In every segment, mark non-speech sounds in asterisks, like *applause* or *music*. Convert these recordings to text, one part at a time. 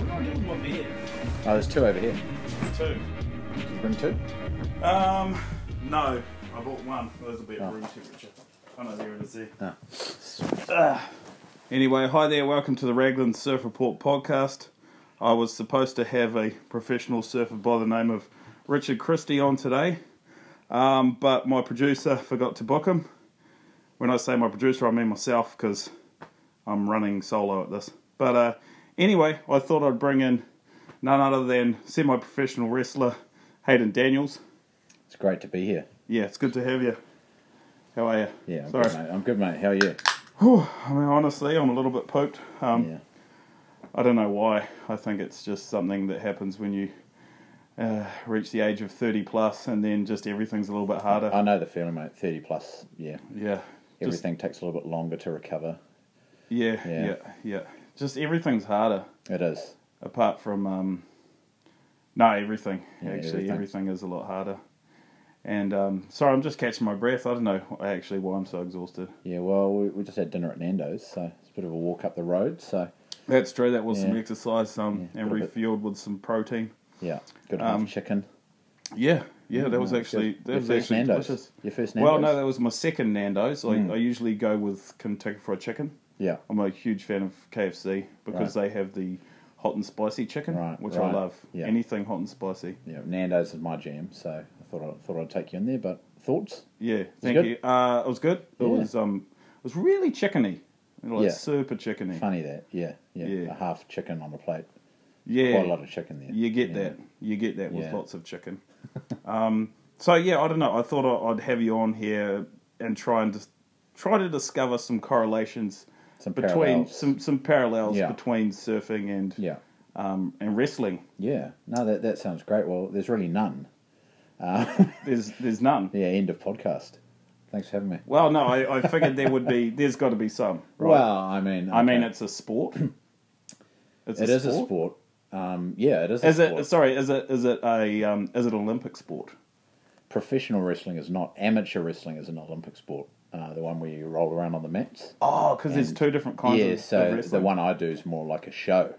Oh, there's one there. Oh, there's two over here. Two. Did you bring two? Um, no, I bought one. Those will be at Oh. room temperature. I know there it is there. No. Anyway, hi there. Welcome to the Raglan Surf Report podcast. I was supposed to have a professional surfer by the name of Richard Christie on today, um, but my producer forgot to book him. When I say my producer, I mean myself because I'm running solo at this. But uh, anyway, I thought I'd bring in none other than semi professional wrestler Hayden Daniels. It's great to be here. Yeah, it's good to have you. How are you? Yeah, I'm Sorry. good, mate. I'm good, mate. How are you? I mean, honestly, I'm a little bit poked. Um, Yeah. I don't know why. I think it's just something that happens when you uh, reach the age of 30 plus and then just everything's a little bit harder. I know the feeling, mate. 30 plus, yeah. yeah. Just, Uh, Everything takes a little bit longer to recover. yeah, yeah, Yeah. yeah, Just everything's harder It is. apart from, um, no, everything. Yeah, actually, everything. everything. is a lot harder. And um, sorry, I'm just catching my breath. I don't know actually why I'm so exhausted. Yeah, well, we, we just had dinner at Nando's, so it's a bit of a walk up the road. So, That's true. That was some Yeah. exercise um, Yeah, and got a bit- refueled with some protein. yeah, good Um, half chicken. Yeah, yeah, that Mm, No, was it's actually good. that Your was first actually Nando's. delicious. Your first Well, no, Nando's. Mm. that was my second Nando's. I, I usually go with Kentucky Fried Chicken. Yeah, I'm a huge fan of KFC because they have the hot and spicy chicken, Right, which I right. love. Yeah. Anything hot and spicy. yeah. Nando's is my jam, so I thought I thought I'd take you in there. But thoughts? Yeah, thank good? you. Uh, it was good. It Yeah. was um, it was really chickeny, like Yeah. super chickeny. Funny that, yeah, yeah, Yeah. A half chicken on a plate. Yeah, Quite a lot of chicken there. You get Yeah. that. You get that with Yeah. lots of chicken. *laughs* um, so yeah, I don't know. I thought I- I'd have you on here and try and just try to discover some correlations Some between parallels. some some parallels Yeah. between surfing and Yeah, um, and wrestling. yeah. No, that that sounds great. Well, there's really none. There's there's none. Yeah, end of podcast. Thanks for having me. Well, no, I, I figured there would be. There's got to be some. Right? Well, I mean, I mean, okay. it's a *clears throat* sport. It's it is a sport. Um, yeah, it is. A Is sport. it sorry? Is it is it a um, is it an Olympic sport? Professional wrestling is not. Amateur wrestling is an Olympic sport. Uh, the one where you roll around on the mats. Oh, because there's two different kinds. yeah, of, of so the wrestling. one I do is more like a show.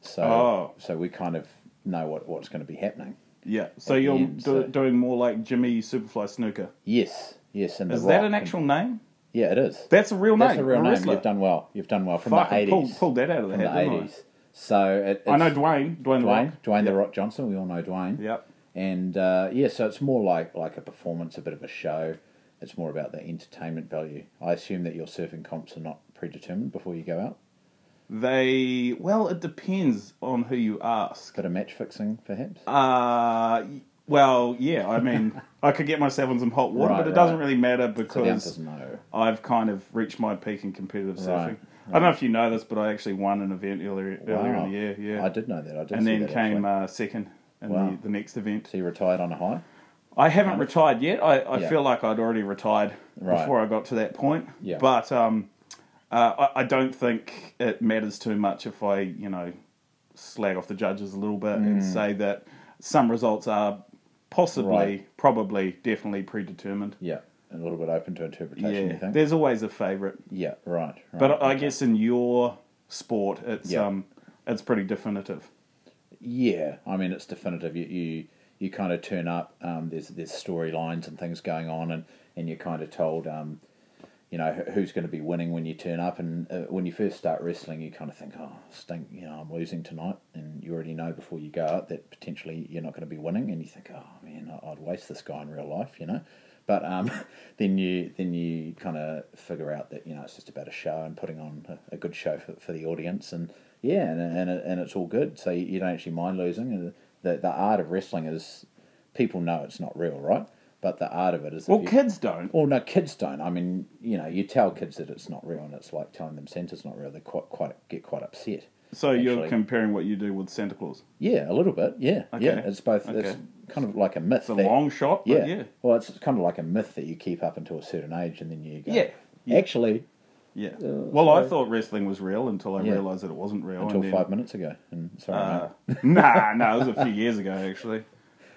So Oh. so we kind of know what, what's going to be happening. Yeah, so at the you're end, do, so- doing more like Jimmy Superfly Snooker. Yes, yes. And Is the that Rock an and- actual name? Yeah, it is. That's a real That's name. a real a name. wrestler. You've done well. You've done well from Fuck, the I eighties. pulled, pulled that out of the from head, the didn't eighties. So it, it's I? I know Dwayne. Dwayne, The Dwayne, Rock. Dwayne the Rock Johnson. We all know Dwayne. Yep. And uh, yeah, so it's more like like a performance, a bit of a show. It's more about the entertainment value. I assume that your surfing comps are not predetermined before you go out. They well, it depends on who you ask. Bit of match fixing, perhaps. Uh well, yeah. I *laughs* mean, I could get myself in some hot water, Right, but it right. doesn't really matter So the answer's because no. I've kind of reached my peak in competitive surfing. Right, I don't know if you know this, but I actually won an event earlier, earlier Wow. in the year. Yeah, I did know that. I did. and see then that, came actually. uh, second in Wow. the, the next event. so you retired on a high. I haven't retired yet. I, I Yeah. feel like I'd already retired Right. before I got to that point. Yeah. But um, uh, I, I don't think it matters too much if I, you know, slag off the judges a little bit and Mm. say that some results are possibly, Right. probably, definitely predetermined. Yeah, a little bit open to interpretation. You yeah. think? There's always a favourite. Yeah, right. right But I I okay. guess in your sport, it's Yeah. um, it's pretty definitive. Yeah, I mean it's definitive. You you, you kind of turn up. Um, there's there's storylines and things going on, and and you're kind of told, um, you know, wh- who's going to be winning when you turn up. And uh, when you first start wrestling, you kind of think, oh, stink, you know, I'm losing tonight, and you already know before you go out that potentially you're not going to be winning, and you think, oh man, I- I'd waste this guy in real life, you know. But um, *laughs* then you then you kind of figure out that you know it's just about a show and putting on a, a good show for, for the audience and yeah and and, it- and it's all good so you, you don't actually mind losing and the the art of wrestling is people know it's not real right but the art of it is if Well, you- kids don't. well, no, kids don't. I mean, you know, you tell kids that it's not real, and it's like telling them Santa's not real. They quite, quite get quite upset. So you're actually. comparing what you do with Santa Claus. Yeah, a little bit. Yeah, Okay. yeah. It's both. It's Okay. kind of like a myth. It's a long shot, but yeah. yeah. Well, it's kind of like a myth that you keep up until a certain age, and then you go. Yeah, yeah. Actually, Yeah. well, I thought wrestling was real until I Uh, Yeah. realised that it wasn't real. until Oh, and then, Ah, uh, five minutes ago. And sorry, mate. *laughs* nah, nah, it was a few years ago actually.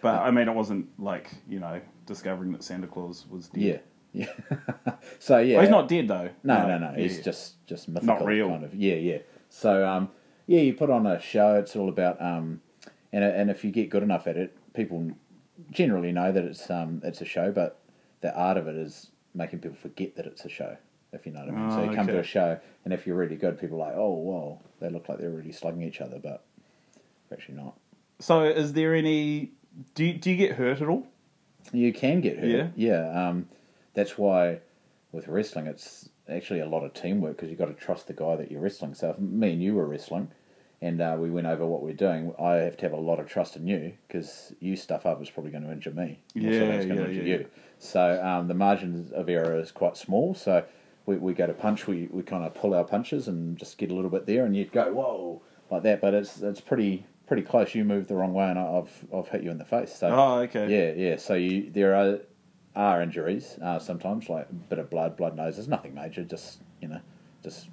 But I mean, it wasn't like you know discovering that Santa Claus was dead. Yeah, yeah. so yeah, *laughs* Well, he's not dead though. No, no, no. Yeah, He's yeah. just just mythical real. kind of. Yeah, yeah. So um, yeah, you put on a show. It's all about um, and and if you get good enough at it, people generally know that it's um it's a show, but the art of it is making people forget that it's a show. If you know what I mean. so Oh, you come to okay. a show, and if you're really good, people are like, oh well, they look like they're really slugging each other, but they're actually not. So, is there any? Do you, do you get hurt at all? You can get hurt. Yeah. Yeah. um, that's why with wrestling, it's actually a lot of teamwork because you've got to trust the guy that you're wrestling. So if me and you were wrestling and uh, we went over what we're doing, I have to have a lot of trust in you because you stuff up is probably going to injure me. and also Yeah, that's going yeah, to injure yeah, you. So um, the margin of error is quite small. So we, we go to punch, we, we kind of pull our punches and just get a little bit there, and you'd go, whoa, like that. But it's it's pretty pretty close. You move the wrong way, and I- I've, I've hit you in the face. So Oh, okay. Uh, yeah, yeah. So you there are are injuries uh, sometimes, like a bit of blood, blood nose. There's nothing major, just you know, just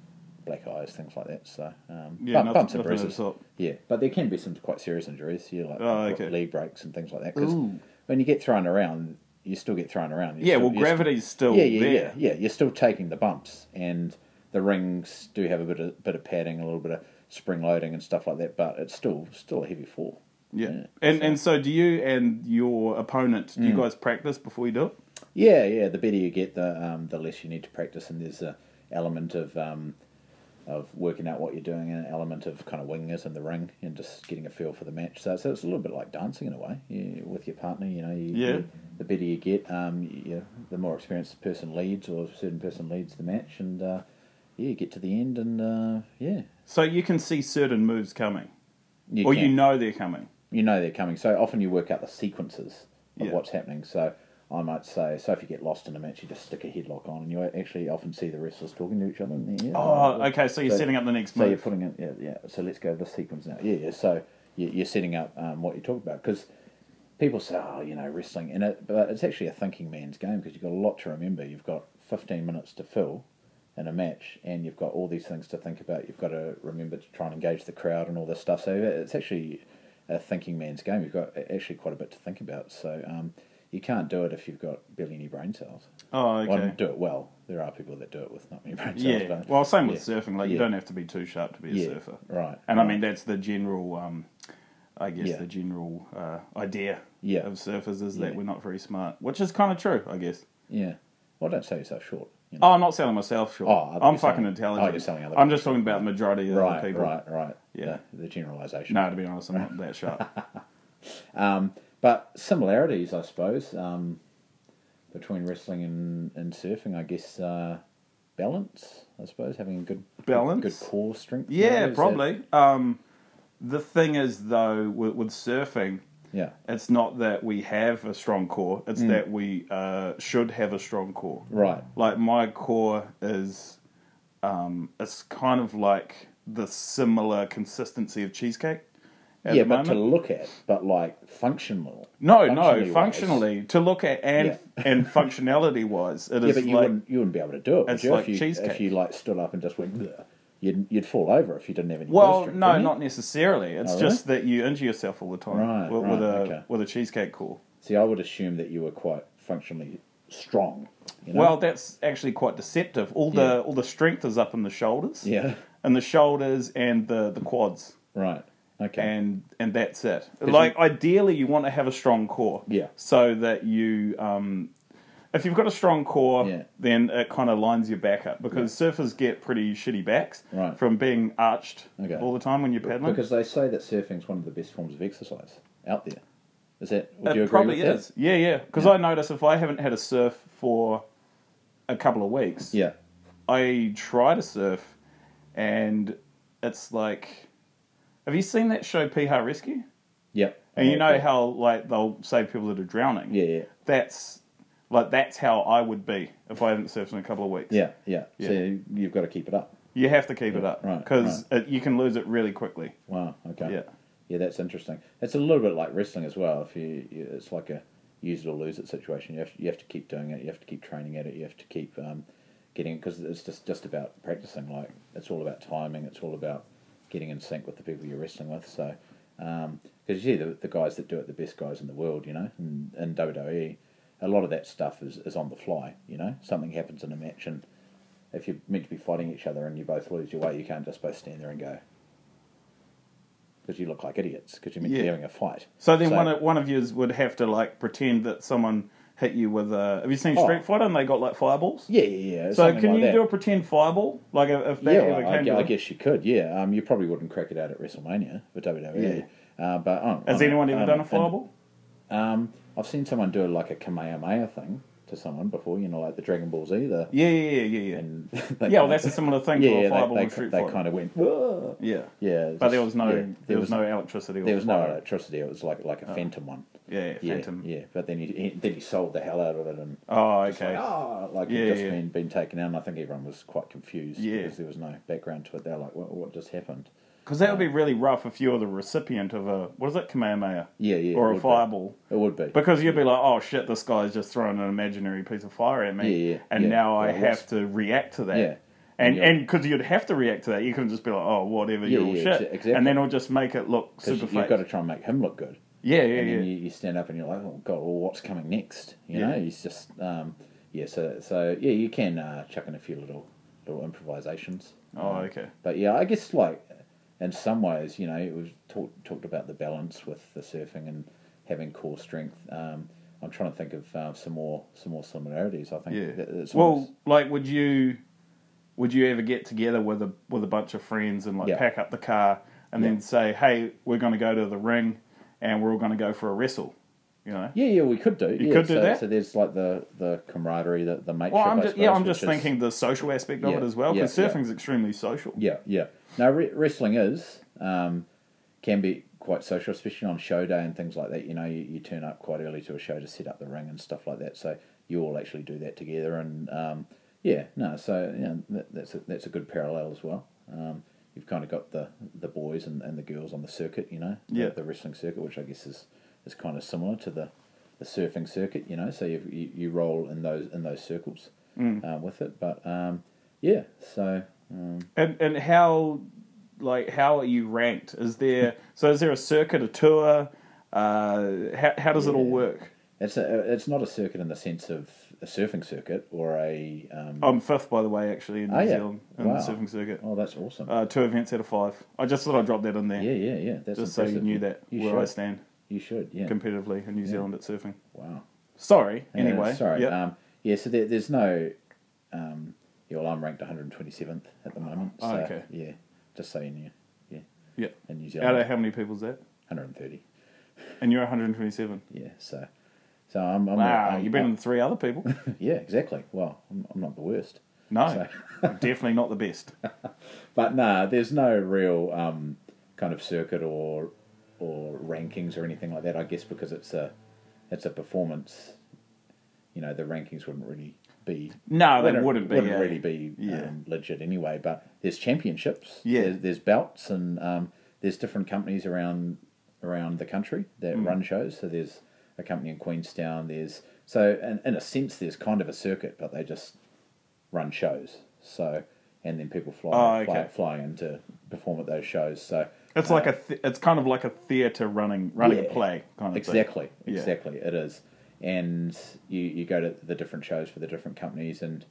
black eyes, things like that. So um, Yeah, bump- nothing- bumps nothing and of the bruises. sort. Yeah, but there can be some quite serious injuries. Yeah, like Oh, leg- okay. leg breaks and things like that. Because Ooh. when you get thrown around, you still get thrown around. You're Yeah, still- well, you're still- gravity's still yeah, yeah, there. yeah, yeah. You're still taking the bumps, and the rings do have a bit of bit of padding, a little bit of spring loading and stuff like that. But it's still still a heavy fall. Yeah. And and so do you and your opponent. Mm. Do you guys practice before you do it? Yeah, yeah. The better you get, the um, the less you need to practice, and there's a element of um, of working out what you're doing, and an element of kind of wingers in the ring, and just getting a feel for the match. So, so it's a little bit like dancing in a way you, with your partner. You know, you, Yeah. you- the better you get, um, you, the more experienced the person leads, or a certain person leads the match, and uh, yeah, you get to the end, and uh, yeah, So you can see certain moves coming, you or can. you know they're coming. you know they're coming. So often you work out the sequences of Yeah. what's happening. So I might say, so if you get lost in a match, you just stick a headlock on, and you actually often see the wrestlers talking to each other. In the air. Oh, okay. So you're Uh, So- setting up the next So you're move. putting it, yeah, yeah. So let's go to the sequence now. Yeah, yeah. So you- you're setting up um, what you're talking about because people say, oh, you know, wrestling, and it, but it's actually a thinking man's game because you've got a lot to remember. You've got 15 minutes to fill in a match, and you've got all these things to think about. You've got to remember to try and engage the crowd and all this stuff. So it's actually a thinking man's game. You've got a- actually quite a bit to think about. So um, you can't do it if you've got barely any brain cells. Oh, Well, okay. do it well. There are people that do it with not many brain cells. Yeah. But Well, same with yeah. surfing. Like you Yeah. don't have to be too sharp to be a Yeah. surfer. Right. And I right. mean that's the general, um, I guess Yeah. the general uh, idea Yeah. of surfers is that Yeah. we're not very smart, which is kind of true, I guess. Yeah. Well, don't sell yourself short. You know? Oh, I'm not selling myself short. Oh, I thought I'm fucking you're selling- intelligent. oh, you're selling other I'm just talking about the majority of right, the people. right, right. Yeah. The, the generalisation. No, to be honest, I'm not that *laughs* sharp. But similarities, I suppose, um, between wrestling and, and surfing, I guess, uh, balance, I suppose, having a good Balance? good core strength. yeah, maybe, is that- probably. Um, the thing is, though, with, with surfing, yeah. it's not that we have a strong core; Mm. it's that we uh, should have a strong core. Right. like my core is um it's kind of like the similar consistency of cheesecake at yeah, the but moment. to look at, but like functional. no, functionally no, functionally to look at and *laughs* and functionality wise, it is Yeah, but you like wouldn't you wouldn't be able to do it. would It's you? like if you cheesecake. if you like stood up and just went, "Bleh," you'd you'd fall over if you didn't have any. core well, strength, no, wouldn't you? not necessarily. It's Oh, just that you injure yourself all the time Right, with, with right, a okay. with a cheesecake core. See, I would assume that you were quite functionally strong. You know? Well, that's actually quite deceptive. All the all the strength is up in the shoulders, yeah, and the shoulders and the the quads. right, okay, and and that's it. Like ideally, you want to have a strong core, Yeah. so that you, um, if you've got a strong core, Yeah. then it kind of lines your back up because surfers get pretty shitty backs Right. from being arched Okay. all the time when you're paddling. because they say that surfing's one of the best forms of exercise out there. Is that? Would it you agree probably with is, yeah, yeah. Because I notice if I haven't had a surf for a couple of weeks, that? Yeah, I try to surf, and it's like, have you seen that show Piha Rescue? yeah. And you know how like they'll save people that are drowning. Yeah, yeah, that's like that's how I would be if I hadn't surfed in a couple of weeks. yeah, yeah. So Yeah. you- you've got to keep it up. You have to keep it up right, because you can lose it really quickly. Wow. Okay. Yeah. Yeah, that's interesting. It's a little bit like wrestling as well. If you, you it's like a use it or lose it situation. You have to, you have to keep doing it. You have to keep training at it. You have to keep um, getting because it's just just about practicing. Like it's all about timing. It's all about getting in sync with the people you're wrestling with. So because you see the, the guys that do it, the best guys in the world, you know, in, in WWE, a lot of that stuff is, is on the fly. You know, something happens in a match, and if you're meant to be fighting each other and you both lose your way, you can't just both stand there and go, because you look like idiots because you meant to be Yeah. having a fight. So then So- one of, one of you would have to like pretend that someone hit you with a. Have you seen Oh. Street Fighter and they got like fireballs? Yeah, yeah, yeah. So something can like you that. do a pretend fireball? Like if, if that yeah, ever I, came gu- to I them? guess you could. Yeah, um, you probably wouldn't crack it out at WrestleMania for WWE. Uh, but I don't- Has I don't- anyone ever um, done a and, fireball? um, I've seen someone do like a Kamehameha thing to someone before. You know, like the Dragon Ball Z. The, Yeah, yeah, yeah, yeah, yeah. and they Yeah, well, kinda- that's a similar thing yeah, to yeah, a fireball they, in they, Street they Fighter. kind of went. "Whoa." yeah, Yeah, but just- there was no yeah, there, was, no electricity. Or there was no fire. electricity. It was like like a phantom one. Yeah, yeah, Yeah, phantom. Yeah, but then he- he then he sold the hell out of it and Oh, okay. ah, like Yeah, it just yeah. been been taken out. And I think everyone was quite confused Yeah. because there was no background to it. They're like, what, what just happened? Because that would Um, be really rough if you were the recipient of a what is it, Kamehameha? Yeah, yeah. or it a would fireball. Be. It would be. Because you'd be like, oh shit, this guy's just throwing an imaginary piece of fire at me, Yeah, yeah, and yeah. now I Well, have what's- to react to that. Yeah. And Yeah. and because you'd have to react to that, you can just be like, oh, whatever, Yeah, you're all yeah, shit, exa- exactly. and then it'll just make it look 'Cause super you- you've fake. got to try and make him look good. yeah, yeah, and yeah. then you, you stand up and you're like, oh god, well, what's coming next? You Yeah. know, he's just um, yeah. So so yeah, you can uh, chuck in a few little little improvisations. oh, okay. But yeah, I guess like in some ways, you know, it was talked talked about the balance with the surfing and having core strength. Um, I'm trying to think of uh, some more some more similarities. I think Yeah. that it's well, almost- like, would you would you ever get together with a with a bunch of friends and like Yeah. pack up the car and Yeah. then say, hey, we're going to go to the ring and we're all going to go for a wrestle, you know? yeah, yeah, we could do. You yeah, could do so, that? So there's like the the camaraderie, the the mateship. Well, I'm I just, yeah, suppose, I'm just which is- thinking the social aspect of Yeah, it as well, yeah, because yeah. surfing's extremely social. Yeah, yeah. Now re- wrestling is um, can be quite social, especially on show day and things like that. You know, you, you turn up quite early to a show to set up the ring and stuff like that. So you all actually do that together, and um, yeah, no. So you know, that, that's a, that's a good parallel as well. Um, you've kind of got the the boys and, and the girls on the circuit, you know, the- Yeah. the wrestling circuit, which I guess is is kind of similar to the the surfing circuit, you know. So you you, you roll in those in those circles uh, with it, but um, yeah, so. Um, And and how like how are you ranked? Is there so is there a circuit, a tour? Uh, how how does it all Yeah. work? It's a, it's not a circuit in the sense of a surfing circuit or a. Um, I'm fifth, by the way, actually in New Oh, yeah. Zealand in Wow. the surfing circuit. oh, that's awesome. Uh, two events out of five. I just thought I'd drop that in there, yeah, yeah, yeah. That's just so you impressive. knew that You where should. I stand You should. Yeah. competitively in New Zealand at surfing. wow. Sorry. Yeah, anyway. sorry. Yep. Um, yeah. So there, there's no. Um, yeah, well, I'm ranked 127th at the moment. So, Oh, okay. Yeah. Just so you knew. Yeah. yep. In New Out Zealand, of how many people's that? 130. And you're 127. Yeah. So. So I'm. I'm Wow, I'm- you're better than three other *laughs* people. *laughs* Yeah. Exactly. Well, I'm, I'm not the worst. No, definitely not the *laughs* best. But nah, there's no real um, kind of circuit or or rankings or anything like that. I guess because it's a it's a performance. You know, the rankings wouldn't really be. No, they wouldn't- wouldn't be. Wouldn't eh? really be Yeah. um, legit anyway. But there's championships. Yeah. There's, there's belts and um, there's different companies around around the country that Hmm. run shows. So there's a company in Queenstown. There's so in, in a sense there's kind of a circuit, but they just run shows. So and then people fly Oh, fly, okay. fly in to perform at those shows. So uh, It's like a, th- it's kind of like a theatre running, running Yeah. play kind of exactly, Yeah. exactly, it is. And you, you go to the different shows for the different companies and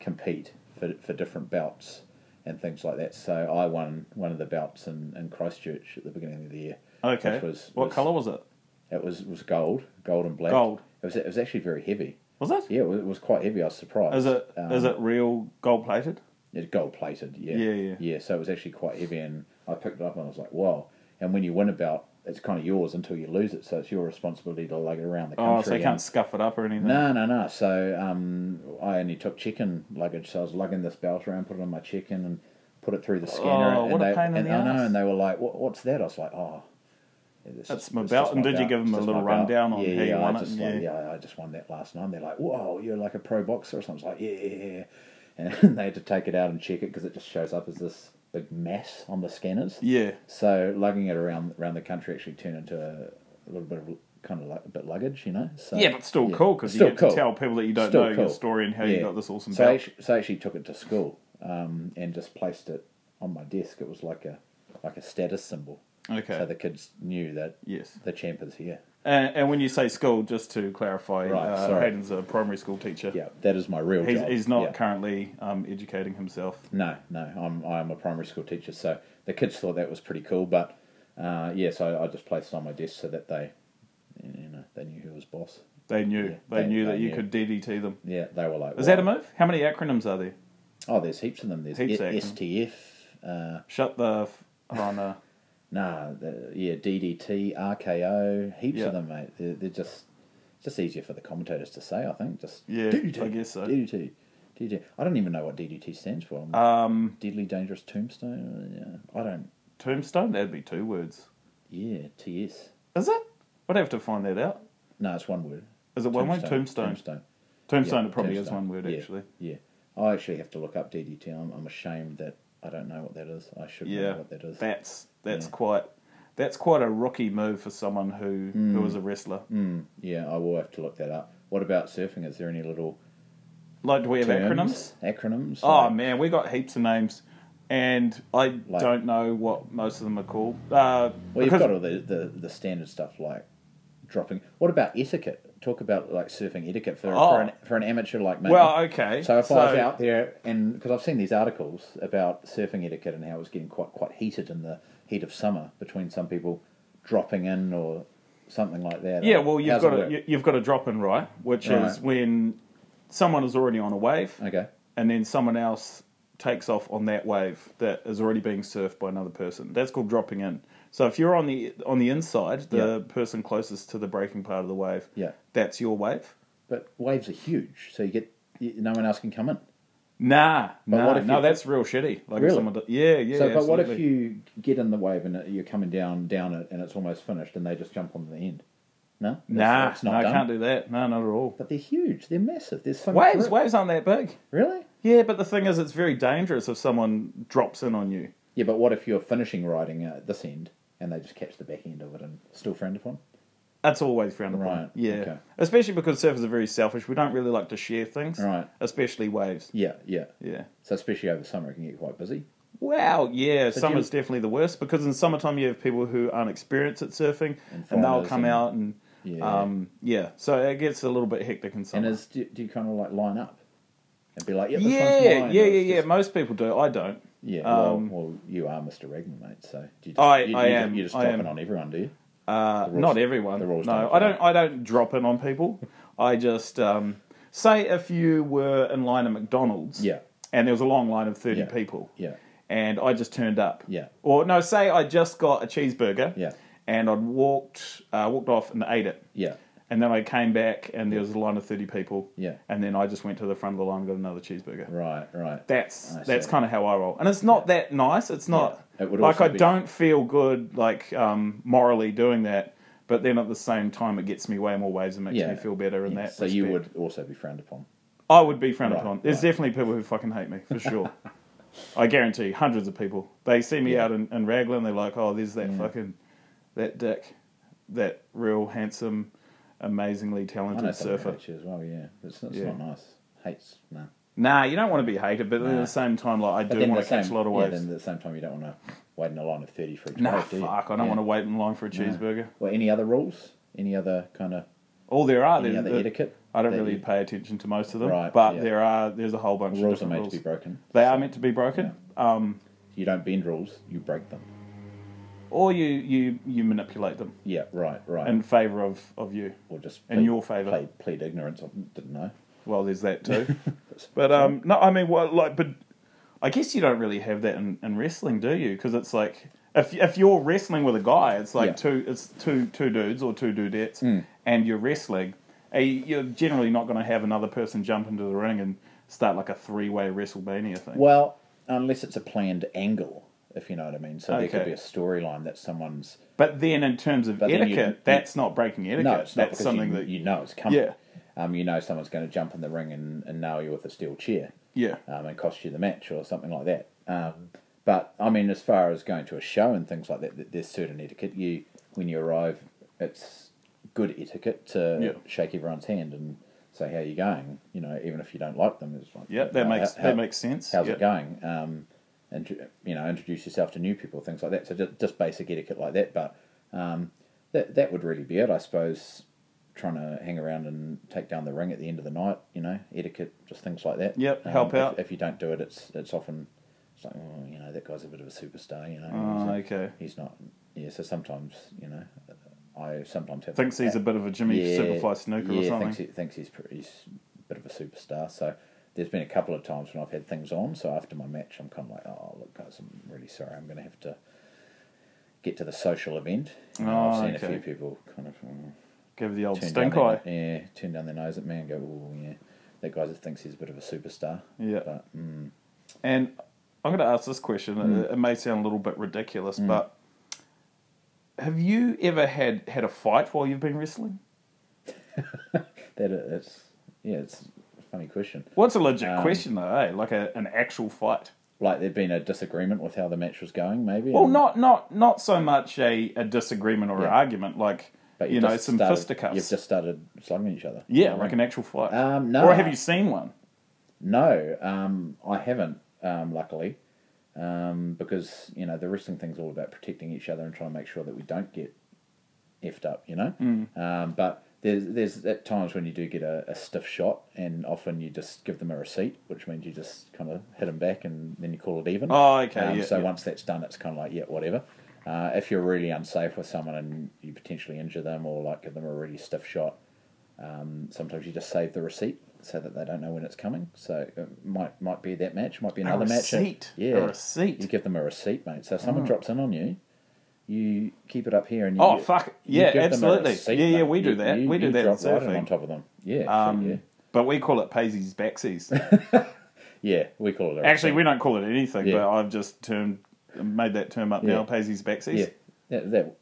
compete for for different belts and things like that. So I won one of the belts in, in Christchurch at the beginning of the year. thing. Okay. which was what was- colour was it? It was was gold, gold and black. Gold. It was it was actually very heavy. Was it? Yeah, it was, it was quite heavy. I was surprised. Is it, Um, is it real gold plated? It's gold plated, yeah. Yeah, yeah. so it was actually quite heavy, and I picked it up and I was like, wow. And when you win a belt, it's kind of yours until you lose it, so it's your responsibility to lug it around the country. Oh, so you can't scuff it up or anything. and- No, no, no. So um, I only took chicken luggage, so I was lugging this belt around, put it on my chicken, and put it through the scanner. Oh, and what a they, pain in and, the I know, ass. and they were like, what, what's that? I was like, oh. It's That's my belt." And did you give 'em a little rundown on yeah, how yeah, you won I it? Just Yeah. Like, yeah, I just won that last night. And they're like, whoa, you're like a pro boxer or something. I was like, yeah, yeah, *laughs* yeah. And they had to take it out and check it because it just shows up as this big mass on the scanners. Yeah. So lugging it around around the country actually turned into a, a little bit of kind of like a bit luggage, you know. So, yeah, but still yeah. cool because It's you still get cool. to tell people that you don't Still know your cool. story and how you Yeah. got this awesome So I, belt. actually, so I actually took it to school um, and just placed it on my desk. It was like a like a status symbol. Okay. So the kids knew that Yes. the champ is here. And, and when you say school, just to clarify, Right, uh, sorry. Hayden's a primary school teacher. Yeah, that is my real He's, job. he's not Yeah. currently um, educating himself. No, no, I'm I'm a primary school teacher, so the kids thought that was pretty cool, but Uh, yeah, so I just placed it on my desk so that they, you know, they knew who was boss. They knew. Yeah, they, they- knew they that you knew. could DDT them. Yeah, they were like. Is "Wow." that a move? How many acronyms are there? Oh, there's heaps of them. There's Heaps I- of them. STF. Uh, Shut the. F- oh no. nah, the, yeah, DDT, RKO, heaps Yeah. of them, mate. They're, they're just just easier for the commentators to say, I think. Just Yeah, DDT, I guess so. DDT, DDT. I don't even know what DDT stands for. I'm- Um, Deadly Dangerous Tombstone. Yeah, I don't. tombstone. That'd be two words. Yeah, TS. Is it? I'd have to find that out. No, it's one word. Is it one word? Tombstone. Tombstone. Tombstone. it probably Tombstone. is one word Yeah, actually. Yeah. I actually have to look up DDT. I'm, I'm ashamed that I don't know what that is. I should Yeah, know what that is. That's that's Yeah. quite that's quite a rookie move for someone who who is a wrestler. Mm, yeah, I will have to look that up. What about surfing? Is there any little Like, do we have acronyms? terms, Acronyms. Oh Like, man, we got heaps of names, and I Like- don't know what most of them are called. Uh, well, you've because- got all the, the, the standard stuff like dropping. What about etiquette? Talk about like surfing etiquette for, Oh. for, an, for an amateur like me. well, okay. So if I was out there, and because I've seen these articles about surfing etiquette and how it was getting quite quite heated in the heat of summer between some people dropping in or something like that. yeah, well, you've How's got it a, work? you, you've got a drop in right, which is Right. when someone is already on a wave, okay, and then someone else takes off on that wave that is already being surfed by another person. That's called dropping in. So if you're on the on the inside, the person closest to the breaking part of the wave, Yeah. that's your wave. but waves are huge, so you get you, no one else can come in. Nah, nah, what if no, you- that's real shitty. Like if Really? someone, do- yeah, yeah. so, but what if absolutely. you get in the wave and you're coming down down it, and it's almost finished, and they just jump on the end? No, That's- Nah, that's no, I done? can't do that. No, not at all. But they're huge. They're massive. There's so much Waves, grip. waves aren't that big. Really? Yeah, but the thing is, it's very dangerous if someone drops in on you. Yeah, but what if you're finishing riding at this end and they just catch the back end of it and still frowned upon? That's always frowned upon. Right, Yeah. okay. Especially because surfers are very selfish. We don't really like to share things. Right. Especially waves. Yeah, yeah. Yeah. So especially over summer, it can get quite busy. Wow, yeah, summer's do definitely the worst because in summertime you have people who aren't experienced at surfing and, And they'll foreigners come and- out and yeah. Yeah. Um, yeah, so it gets a little bit hectic in summer. And is do, do you kind of like line up and be like, yeah, this one's yeah, mine. yeah, or yeah, it's yeah. just- Most people do. I don't. yeah. Um, well, well, you are Mr. Regman, mate. So do you just, I- you, I you, am, You just I drop am. it on everyone, do you? Uh, rules- not everyone. the rules no, don't I apply. don't. I don't drop in on people. I just um, say if you were in line at McDonald's, Yeah. and there was a long line of thirty Yeah. people, Yeah, and I just turned up. Yeah. Or no, say I just got a cheeseburger. Yeah. And I'd walked uh, walked off and ate it. yeah, And then I came back and there was a line of thirty people. Yeah. And then I just went to the front of the line and got another cheeseburger. right, right. That's I that's see. kind of how I roll, and it's not that nice. It's not It would like also I be- don't feel good like um, morally doing that, but then at the same time it gets me way more waves and makes Yeah. me feel better. In Yeah, that, so you respect. would also be frowned upon. I would be frowned Right, upon. There's right. definitely people who fucking hate me for sure. *laughs* I guarantee you, hundreds of people. They see me Yeah. out in, in Raglan, they're like, "Oh, there's that fucking that dick, that real handsome, amazingly I talented know some surfer." hates you as well. Yeah, it's, it's Yeah. not nice. Hates, no. Nah, you don't want to be hated, but then at Nah. the same time, like I But do then want the to catch same- a lot of yeah, waves. then at the same time, you don't want to wait in a line of thirty for a Nah, wave, do you? fuck. I don't Yeah. want to wait in line for a cheeseburger. Well, any other rules? Any other kind of All there are. any there's other the- etiquette? I don't that really you- pay attention to most of them, Right, but yeah. there are. There's a whole bunch of rules are different made rules. to be broken. They are meant to be broken, um, You don't bend rules, you break them. or you, you you manipulate them Yeah, right, right. in favour of, of you. or just in your favour. plead, plead ignorance. I didn't know. Well, there's that *laughs* too. but um, no, I mean, well, like, but I guess you don't really have that in, in wrestling, do you? Because it's like if if you're wrestling with a guy, it's like Yeah. Hmm. two it's two two dudes or two dudettes, and you're wrestling. eh, You're generally not going to have another person jump into the ring and start like a three way WrestleMania thing. Well, unless it's a planned angle, if you know what I mean. So there Okay. could be a storyline that someone's But then, in terms of But then you- etiquette, that's not breaking etiquette. no, it's not that's because something you, that you know it's coming. Yeah. Um, you know someone's going to jump in the ring and, and nail you with a steel chair. yeah, um, and cost you the match or something like that. Um, but I mean, as far as going to a show and things like that, th- there's certain etiquette. You when you arrive, it's good etiquette to Yeah. shake everyone's hand and say how you going. You know, even if you don't like them, it's like yeah, that "How- makes how- that makes sense. How's yeah. it going? Um, and you know, introduce yourself to new people, things like that. So just, just basic etiquette like that. But um, that that would really be it, I suppose. Trying to hang around and take down the ring at the end of the night, you know, etiquette, just things like that. Um, Yep, help if- out. If, you don't do it, it's it's often It's like, oh, you know, that guy's a bit of a superstar. You know, Oh, he's, okay. he's not. Yeah, so sometimes you know, I sometimes have Thinks he's a bit of a Jimmy Superfly snooker yeah, or something. Thinks, he, thinks he's, pretty, he's a bit of a superstar. So there's been a couple of times when I've had things on. So after my match, I'm kind of like, oh, look, guys, I'm really sorry. I'm going to have to get to the social event. You know, I've Oh, seen okay. a few people kind of mm, Give the old turn stink down eye. their, yeah, turn down their nose at me and go, oh, yeah, that guy just thinks he's a bit of a superstar. Yeah. But mm, And I'm going to ask this question. Hmm. It, it may sound a little bit ridiculous, but have you ever had had a fight while you've been wrestling? that uh, it's yeah, it's a funny question. What's a legit Um, question though? Eh? Like a, an actual fight. Like there'd been a disagreement with how the match was going, maybe. Well, and- not not not so much a, a disagreement or Yeah. an argument, like you you've know just some started- fisticuffs. You've just started slugging each other. yeah, like an actual fight. Um, no. Um, Or have you seen one? No, um, I haven't. Um, luckily, um, because you know the wrestling thing's all about protecting each other and trying to make sure that we don't get effed up. You know, Mm. um, but there's there's at times when you do get a, a stiff shot, and often you just give them a receipt, which means you just kind of hit them back, and then you call it even. Oh, okay, Um, yeah, so yeah. once that's done, it's kind of like yeah, whatever. Uh, if you're really unsafe with someone and you potentially injure them or like give them a really stiff shot, um, sometimes you just save the receipt so that they don't know when it's coming. So it might might be that match, might be another match. uh, receipt? Yeah, A receipt? Hmm. You give them a receipt, mate. So if someone drops in on you, you keep it up here and you, Oh, fuck. you Yeah, give them a absolutely. receipt, Yeah, yeah, mate. we do You- that. you- We do you that in drop right in surfing. on top of them. Yeah, Um, shit, yeah, But we call it paisies *laughs* backsies. yeah. We call it a Actually, receipt. we don't call it anything, Yeah. but I've just termed made that term up Yeah. now. Paisies backsies. yeah, that, that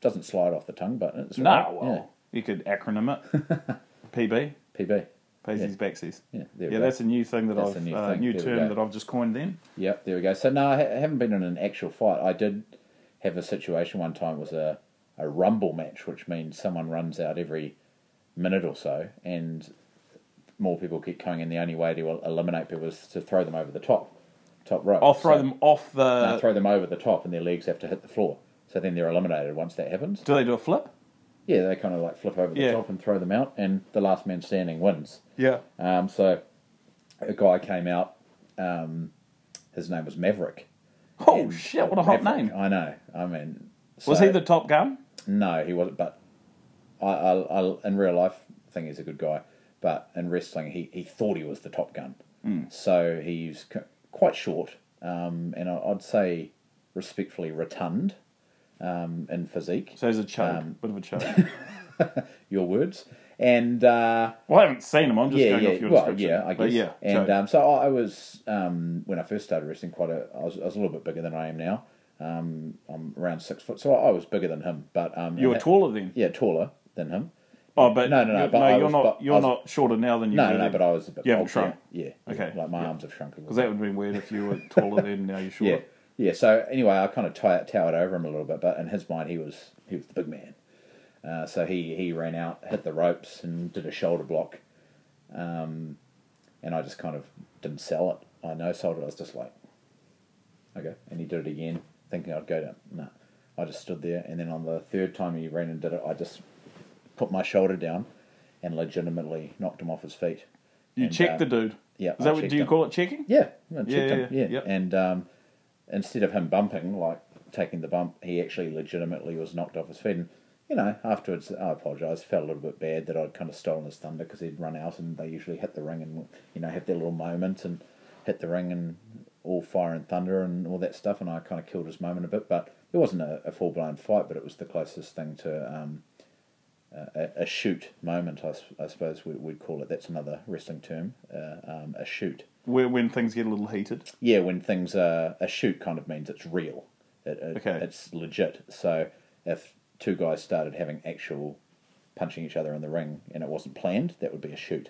doesn't slide off the tongue, but it's No, alright. ah, well, you could acronym it. *laughs* PB, yeah. PB. paisies backsies. Yeah, there we Yeah, go. that's a new thing that That's I've a new uh, thing. new There we term go. that I've just coined. Then Yep, there we go. So no, I ha- haven't been in an actual fight. I did have a situation one time. It was a a rumble match, which means someone runs out every minute or so, and more people keep coming in. The only way to el- eliminate people is to throw them over the top, top rope. I'll throw So- them uh, off the. no, throw them over the top, and their legs have to hit the floor. So then they're eliminated once that happens. do they do a flip? Yeah, they kind of like flip over the Yeah. top and throw them out, and the last man standing wins. Yeah. Um, so a guy came out. Um, his name was Maverick. Oh And- shit! What a hot Maverick, name. I know. I mean, Was so- he the Top Gun? No, he wasn't. But I, I, I, in real life, I think he's a good guy. But in wrestling, he, he thought he was the Top Gun. Hmm. So he's c- quite short, um, and I, I'd say respectfully rotund um, in physique. So he's a chug, Um, bit of a chug. *laughs* Your words. And uh, well, I haven't seen him. I'm just yeah, going yeah, off your well, description. yeah, I But guess. yeah, and chug. um, so I I was um, when I first started wrestling, quite a. I was, I was a little bit bigger than I am now. Um, I'm around six foot, so I, I was bigger than him. But um, you and were that- taller then. Yeah, taller than him. Oh, but No, no, no, You're, but I you're was- not. but I you're was- not shorter now than you. No, were no, no, then. but I was a bit. You haven't bulkier. shrunk. Yeah, yeah. Okay, Like my yeah. arms have shrunk a little. Because that would have been weird if you *laughs* were taller then. Now you're shorter. Yeah, yeah. So anyway, I kind of tie, towered over him a little bit, but in his mind, he was he was the big man. Uh, so he he ran out, hit the ropes, and did a shoulder block. Um, and I just kind of didn't sell it. I no sold it. I was just like, okay. And he did it again, thinking I'd go down. No, I just stood there, and then on the third time he ran and did it, I just put my shoulder down, and legitimately knocked him off his feet. You And, check uh, the dude. yeah, Is I that what checked do you him. call it checking? Yeah, I checked Yeah, him. yeah, Yeah, yeah. and um, instead of him bumping, like taking the bump, he actually legitimately was knocked off his feet. And you know, afterwards, I apologised. Felt a little bit bad that I'd kind of stolen his thunder because he'd run out, and they usually hit the ring and you know have their little moment and hit the ring and all fire and thunder and all that stuff. And I kind of killed his moment a bit, but it wasn't a, a full blown fight, but it was the closest thing to. Um, a, a shoot moment, I, s- I suppose we, we'd call it. That's another wrestling term. Uh, um, a shoot. Where when things get a little heated. Yeah, when things are a shoot kind of means it's real. It, it, Okay. It's legit. So if two guys started having actual punching each other in the ring and it wasn't planned, that would be a shoot.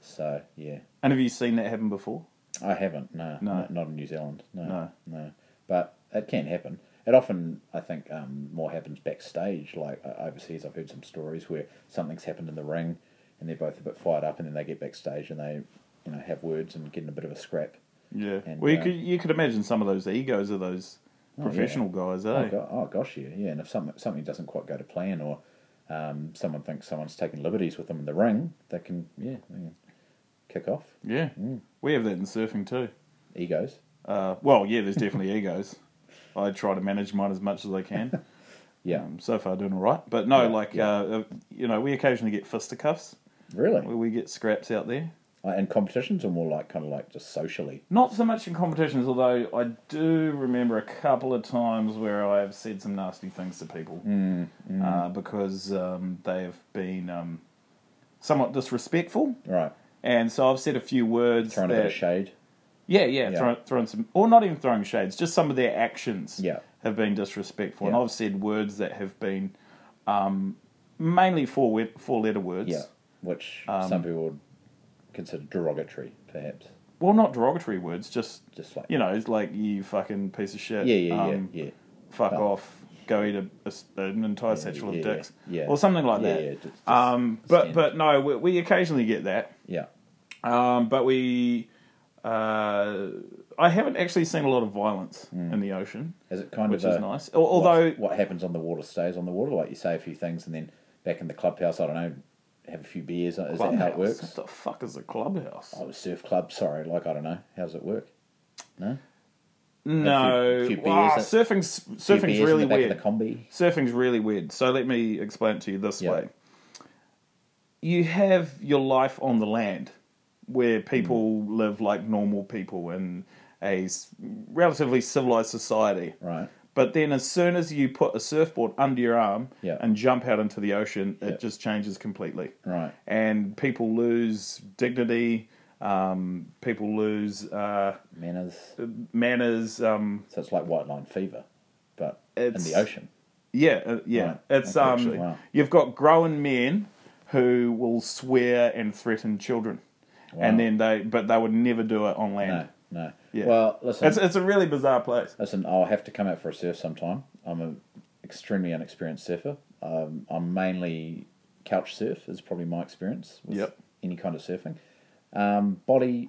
So yeah, And have you seen that happen before? I haven't. No, No. Not, not in New Zealand. No, No. no, But it can happen. It often, I think, um, more happens backstage. Like uh, overseas, I've heard some stories where something's happened in the ring, and they're both a bit fired up, and then they get backstage and they, you know, have words and get in a bit of a scrap. Yeah. And, well, you uh, could you could imagine some of those egos of those professional guys, eh? Oh, go- oh gosh, yeah, yeah. And if something something doesn't quite go to plan, or um, someone thinks someone's taking liberties with them in the ring, they can yeah, they can kick off Mm. Yeah. We have that in surfing too. egos. Uh, well, yeah, there's *laughs* definitely egos. I try to manage mine as much as I can. Yeah, Um, so far, doing all right. But no, Yeah, like, Uh, you know, we occasionally get fisticuffs. really. where We get scraps out there. Uh, and competitions are more like kind of like just socially. Not so much in competitions, although I do remember a couple of times where I have said some nasty things to people Mm, Uh, because um, they have been um, somewhat disrespectful. Right, And so I've said a few words throwing a bit that, of shade. yeah, yeah, Yeah. Throw, throwing some, or not even throwing shades, just some of their actions Yeah. have been disrespectful. Yeah. And I've said words that have been um, mainly four four letter words. Yeah, which um some people would consider derogatory, perhaps. Well, not derogatory words, just Just like you know, it's like you fucking piece of shit. yeah, yeah, um, yeah, yeah. fuck Oh. off, go eat a, a s- an entire satchel yeah, of dicks, yeah. or something like Yeah, that. yeah, just- just um, but stand. but no, we, we occasionally get that. Yeah, Um, but we, uh, I haven't actually seen a lot of violence in the ocean, Hmm. is it kind which of is a, nice. Al- Although what, what happens on the water stays on the water. Like you say a few things, and then back in the clubhouse, I don't know, have a few beers. Is that how clubhouse, it works? What the fuck is a clubhouse? Oh, surf club. Sorry, like I don't know. How does it work? No, no, a few beers Ah, at- surfing's Few surfing's beers in really the back weird. Of the combi. Surfing's really weird. So let me explain it to you this Yeah. way. You have your life on the land where people Hmm. live like normal people in a s- relatively civilized society. Right. But then as soon as you put a surfboard under your arm Yeah. and jump out into the ocean, it Yeah. just changes completely. Right. And people lose dignity, um, people lose uh, Manners. manners, um, So it's like white line fever, but in It's- the ocean. Yeah, uh, yeah. Right. It's Okay, um, actually, wow. you've got grown men who will swear and threaten children, and Wow. then they, but they would never do it on No, land. no. Yeah. Well, listen. It's it's a really bizarre place. Listen, I'll have to come out for a surf sometime. I'm an extremely unexperienced surfer. Um, I'm mainly couch surf is probably my experience with Yep. any kind of surfing. Um, body,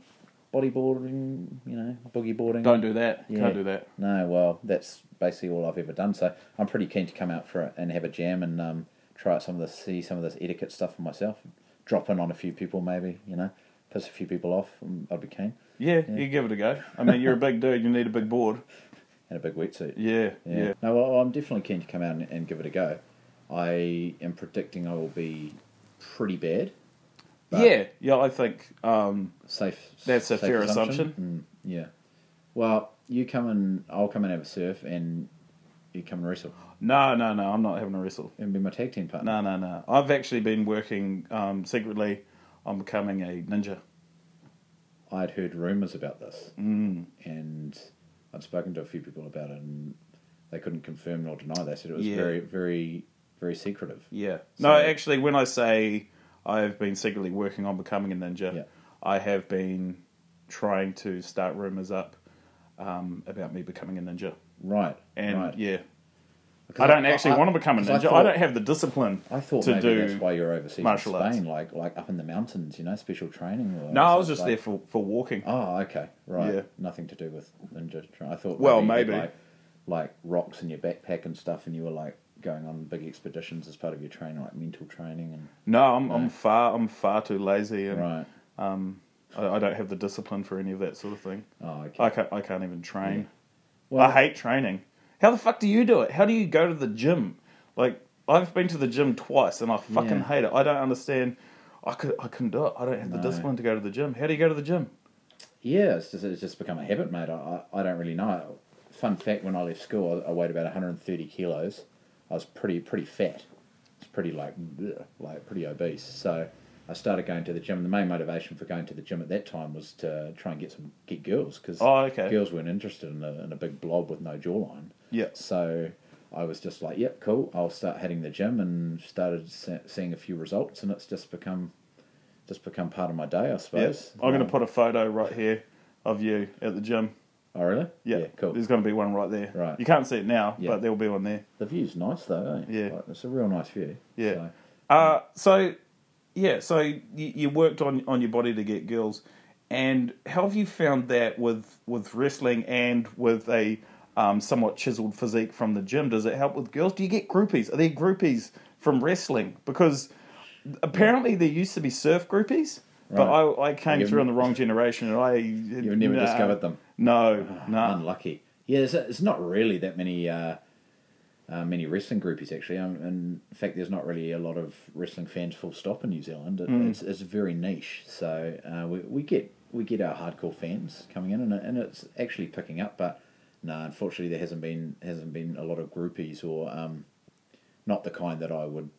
bodyboarding, you know, boogie boarding. Don't do that. Yeah. Can't do that. No, well, that's basically all I've ever done. So I'm pretty keen to come out for it and have a jam and um, try out some of this, see some of this etiquette stuff for myself. Drop in on a few people, maybe you know, piss a few people off. um, I'd be keen. Yeah, you give it a go. I mean, you're a big dude. You need a big board. And a big wetsuit. Yeah, yeah. Yeah. No, well, I'm definitely keen to come out and, and give it a go. I am predicting I will be pretty bad. But- yeah, yeah. I think um, Safe. That's a safe fair Mm, yeah. Well, you come and I'll come and have a surf, and you come and wrestle no, no, no. I'm not having a wrestle. and be my tag team partner. No, no, no. I've actually been working um, secretly on becoming a ninja. I'd heard rumours about this, Mm. and I'd spoken to a few people about it, and they couldn't confirm nor deny. They said it was Yeah. very, very, very secretive. Yeah. So- no, actually, when I say I've been secretly working on becoming a ninja, Yeah. I have been trying to start rumours up um, about me becoming a ninja. Right. And right. yeah, Because I don't actually want to become a because I ninja. I, thought- don't have the discipline I thought to maybe do. that's why you're overseas in martial arts. Spain, like like up in the mountains, you know, special training. Or no, I was it's just like- there for, for walking. Oh, okay, right. Yeah. Nothing to do with ninja. tra- I thought. Well, you had, maybe. like, like rocks in your backpack and stuff, and you were like going on big expeditions as part of your training, like mental training and No, I'm, I'm far I'm far too lazy and right. I, I don't have the discipline for any of that sort of thing. Oh, okay. I can't I can't even train. Well, I hate training. How the fuck do you do it? How do you go to the gym? Like I've been to the gym twice and I fucking Yeah. hate it. I don't understand. I could I couldn't do it. I don't have the No. discipline to go to the gym. How do you go to the gym? Yeah, it's just it's just become a habit, mate. I, I I don't really know. Fun fact: when I left school, I, I weighed about 130 kilos. I was pretty pretty fat. It's pretty like bleh, like pretty obese. So I started going to the gym. The main motivation for going to the gym at that time was to try and get some get girls because Oh, okay. girls weren't interested in a, in a big blob with no jawline. Yeah. So I was just like, yep, cool. I'll start hitting the gym and started se- seeing a few results, and it's just become just become part of my day, I suppose. I'm going to Um, put a photo right here of you at the gym. Oh, really? Yeah, cool. There's going to be one right there. Right. You can't see it now, Yeah. but there will be one there. The view's nice though. Eh? Yeah. Like, it's a real nice view. Yeah. So, Uh, so, yeah, so you, you worked on, on your body to get girls, and how have you found that with with wrestling and with a um, somewhat chiseled physique from the gym? Does it help with girls? Do you get groupies? Are there groupies from wrestling? Because apparently there used to be surf groupies, But Right. I, I came You've- through on the wrong generation, and I You've never discovered them. *laughs* No, no. Unlucky. Yeah, there's, there's not really that many uh, uh, many wrestling groupies actually. Um, in fact, there's not really a lot of wrestling fans. Full stop in New Zealand. It, Mm. It's it's very niche. So uh, we we get we get our hardcore fans coming in, and, it- and it's actually picking up. But no, unfortunately, there hasn't been hasn't been a lot of groupies or um, not the kind that I would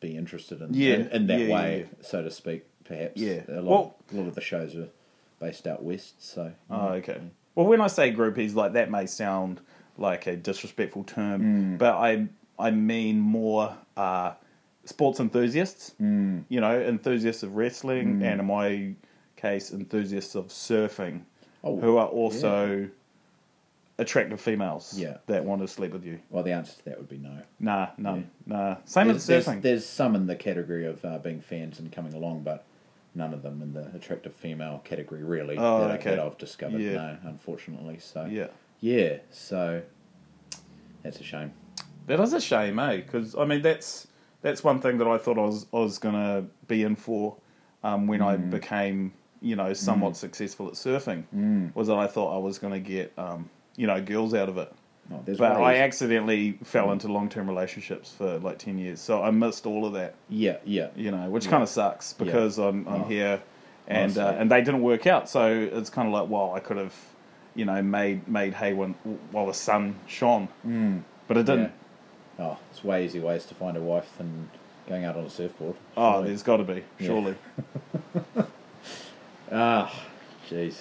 be interested in. Yeah, in, in that yeah, yeah, way, yeah. so to speak. Perhaps. Yeah. A lot, Well- a lot of the shows are based out west. So. Oh, okay. Well, when I say groupies, like that may sound like a disrespectful Mm. term, but I I mean more uh, sports enthusiasts. Mm. You know, enthusiasts of wrestling, Mm. and in my case, enthusiasts of surfing, Oh, who are also attractive females Yeah. that want to sleep with you. Well, the answer to that would be no. Nah, none, nah. Same There's, as surfing. there's, there's some in the category of uh, being fans and coming along, but none of them in the attractive female category, really, Oh, that, I- okay. that I've discovered, Yeah. no, unfortunately. So yeah. Yeah, so that's a shame. That is a shame, eh? Because I mean, that's that's one thing that I thought I was I was gonna be in for um, when Mm. I became you know somewhat successful at surfing Mm. was that I thought I was gonna get um, you know girls out of it, Oh, there's but I ways- accidentally fell Mm. into long term relationships for like ten years, so I missed all of that, yeah, yeah, you know, which kind of sucks because I'm I'm Oh. here, and uh, Honestly. and they didn't work out, so it's kind of like well I could have you know made made hay when while the sun shone, but it didn't. Mm. yeah. Oh, it's way easier ways to find a wife than going out on a surfboard. Oh, surely. there's got to be, *laughs* surely. ah, jeez.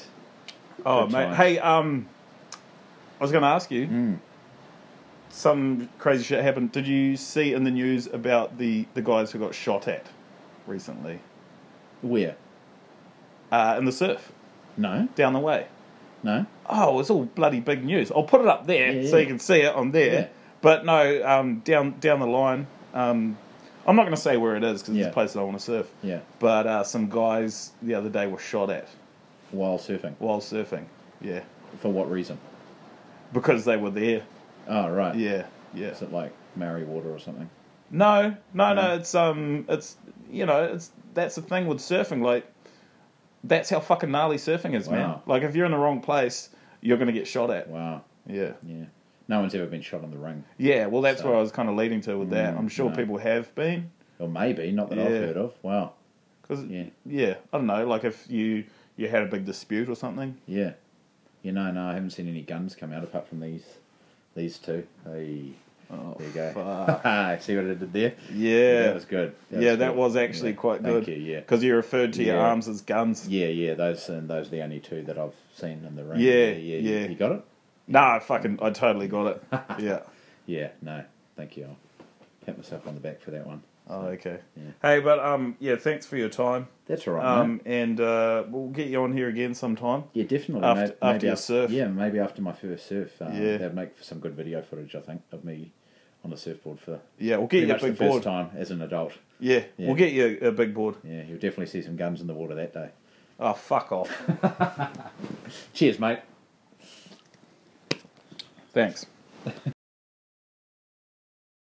Oh, Good mate. times. Hey, um, I was going to ask you. Mm. Some crazy shit happened. Did you see in the news about the, the guys who got shot at recently Where? uh, in the surf No, down the way? no. Oh, it's all bloody big news. I'll put it up there Yeah, so yeah. you can see it on there. Yeah. But no, um, down down the line, um, I'm not going to say where it is because it's Yeah. a place that I want to surf. Yeah, But uh, some guys the other day were shot at while surfing. while surfing. Yeah, For what reason? because they were there. Oh, right. Yeah, yeah. Is it like Maori water or something? No, no, no. It's um, it's you know, it's that's the thing with surfing. Like, that's how fucking gnarly surfing is, man. Wow. Like, if you're in the wrong place, you're gonna get shot at. Wow. Yeah, Yeah. No one's ever been shot on the ring. yeah. Well, that's So- Mm, where I was kind of leading to with that. I'm sure no. people have been Or maybe, not that I've Yeah. heard of. Wow. because yeah. Yeah. I don't know. Like, if you you had a big dispute or something. Yeah. You know, no, I haven't seen any guns come out apart from these these two. Hey. Oh, There you go. fuck. *laughs* See what I did there? yeah. That was good. yeah, was that good. was actually Yeah. quite good. Thank you, yeah. Because you referred to your Yeah. arms as guns. Yeah, yeah, those and those are the only two that I've seen in the ring. Yeah, you- yeah. You got it? Nah, I fucking, I totally got *laughs* it. yeah. Yeah, no. Thank you. I'll pat myself on the back for that one. Oh, okay. Yeah. Hey, but um, yeah, thanks for your time. That's all right, mate. Um, and uh, we'll get you on here again sometime. Yeah, definitely. After- May- after your surf. Yeah, maybe after my first surf. Um, Yeah. That'd make for some good video footage, I think, of me on the surfboard for Yeah, we'll pretty get you a much the big first board. time as an adult. Yeah, Yeah. we'll get you a big board. Yeah, you'll definitely see some guns in the water that day. Oh, fuck off. Cheers, mate. Thanks.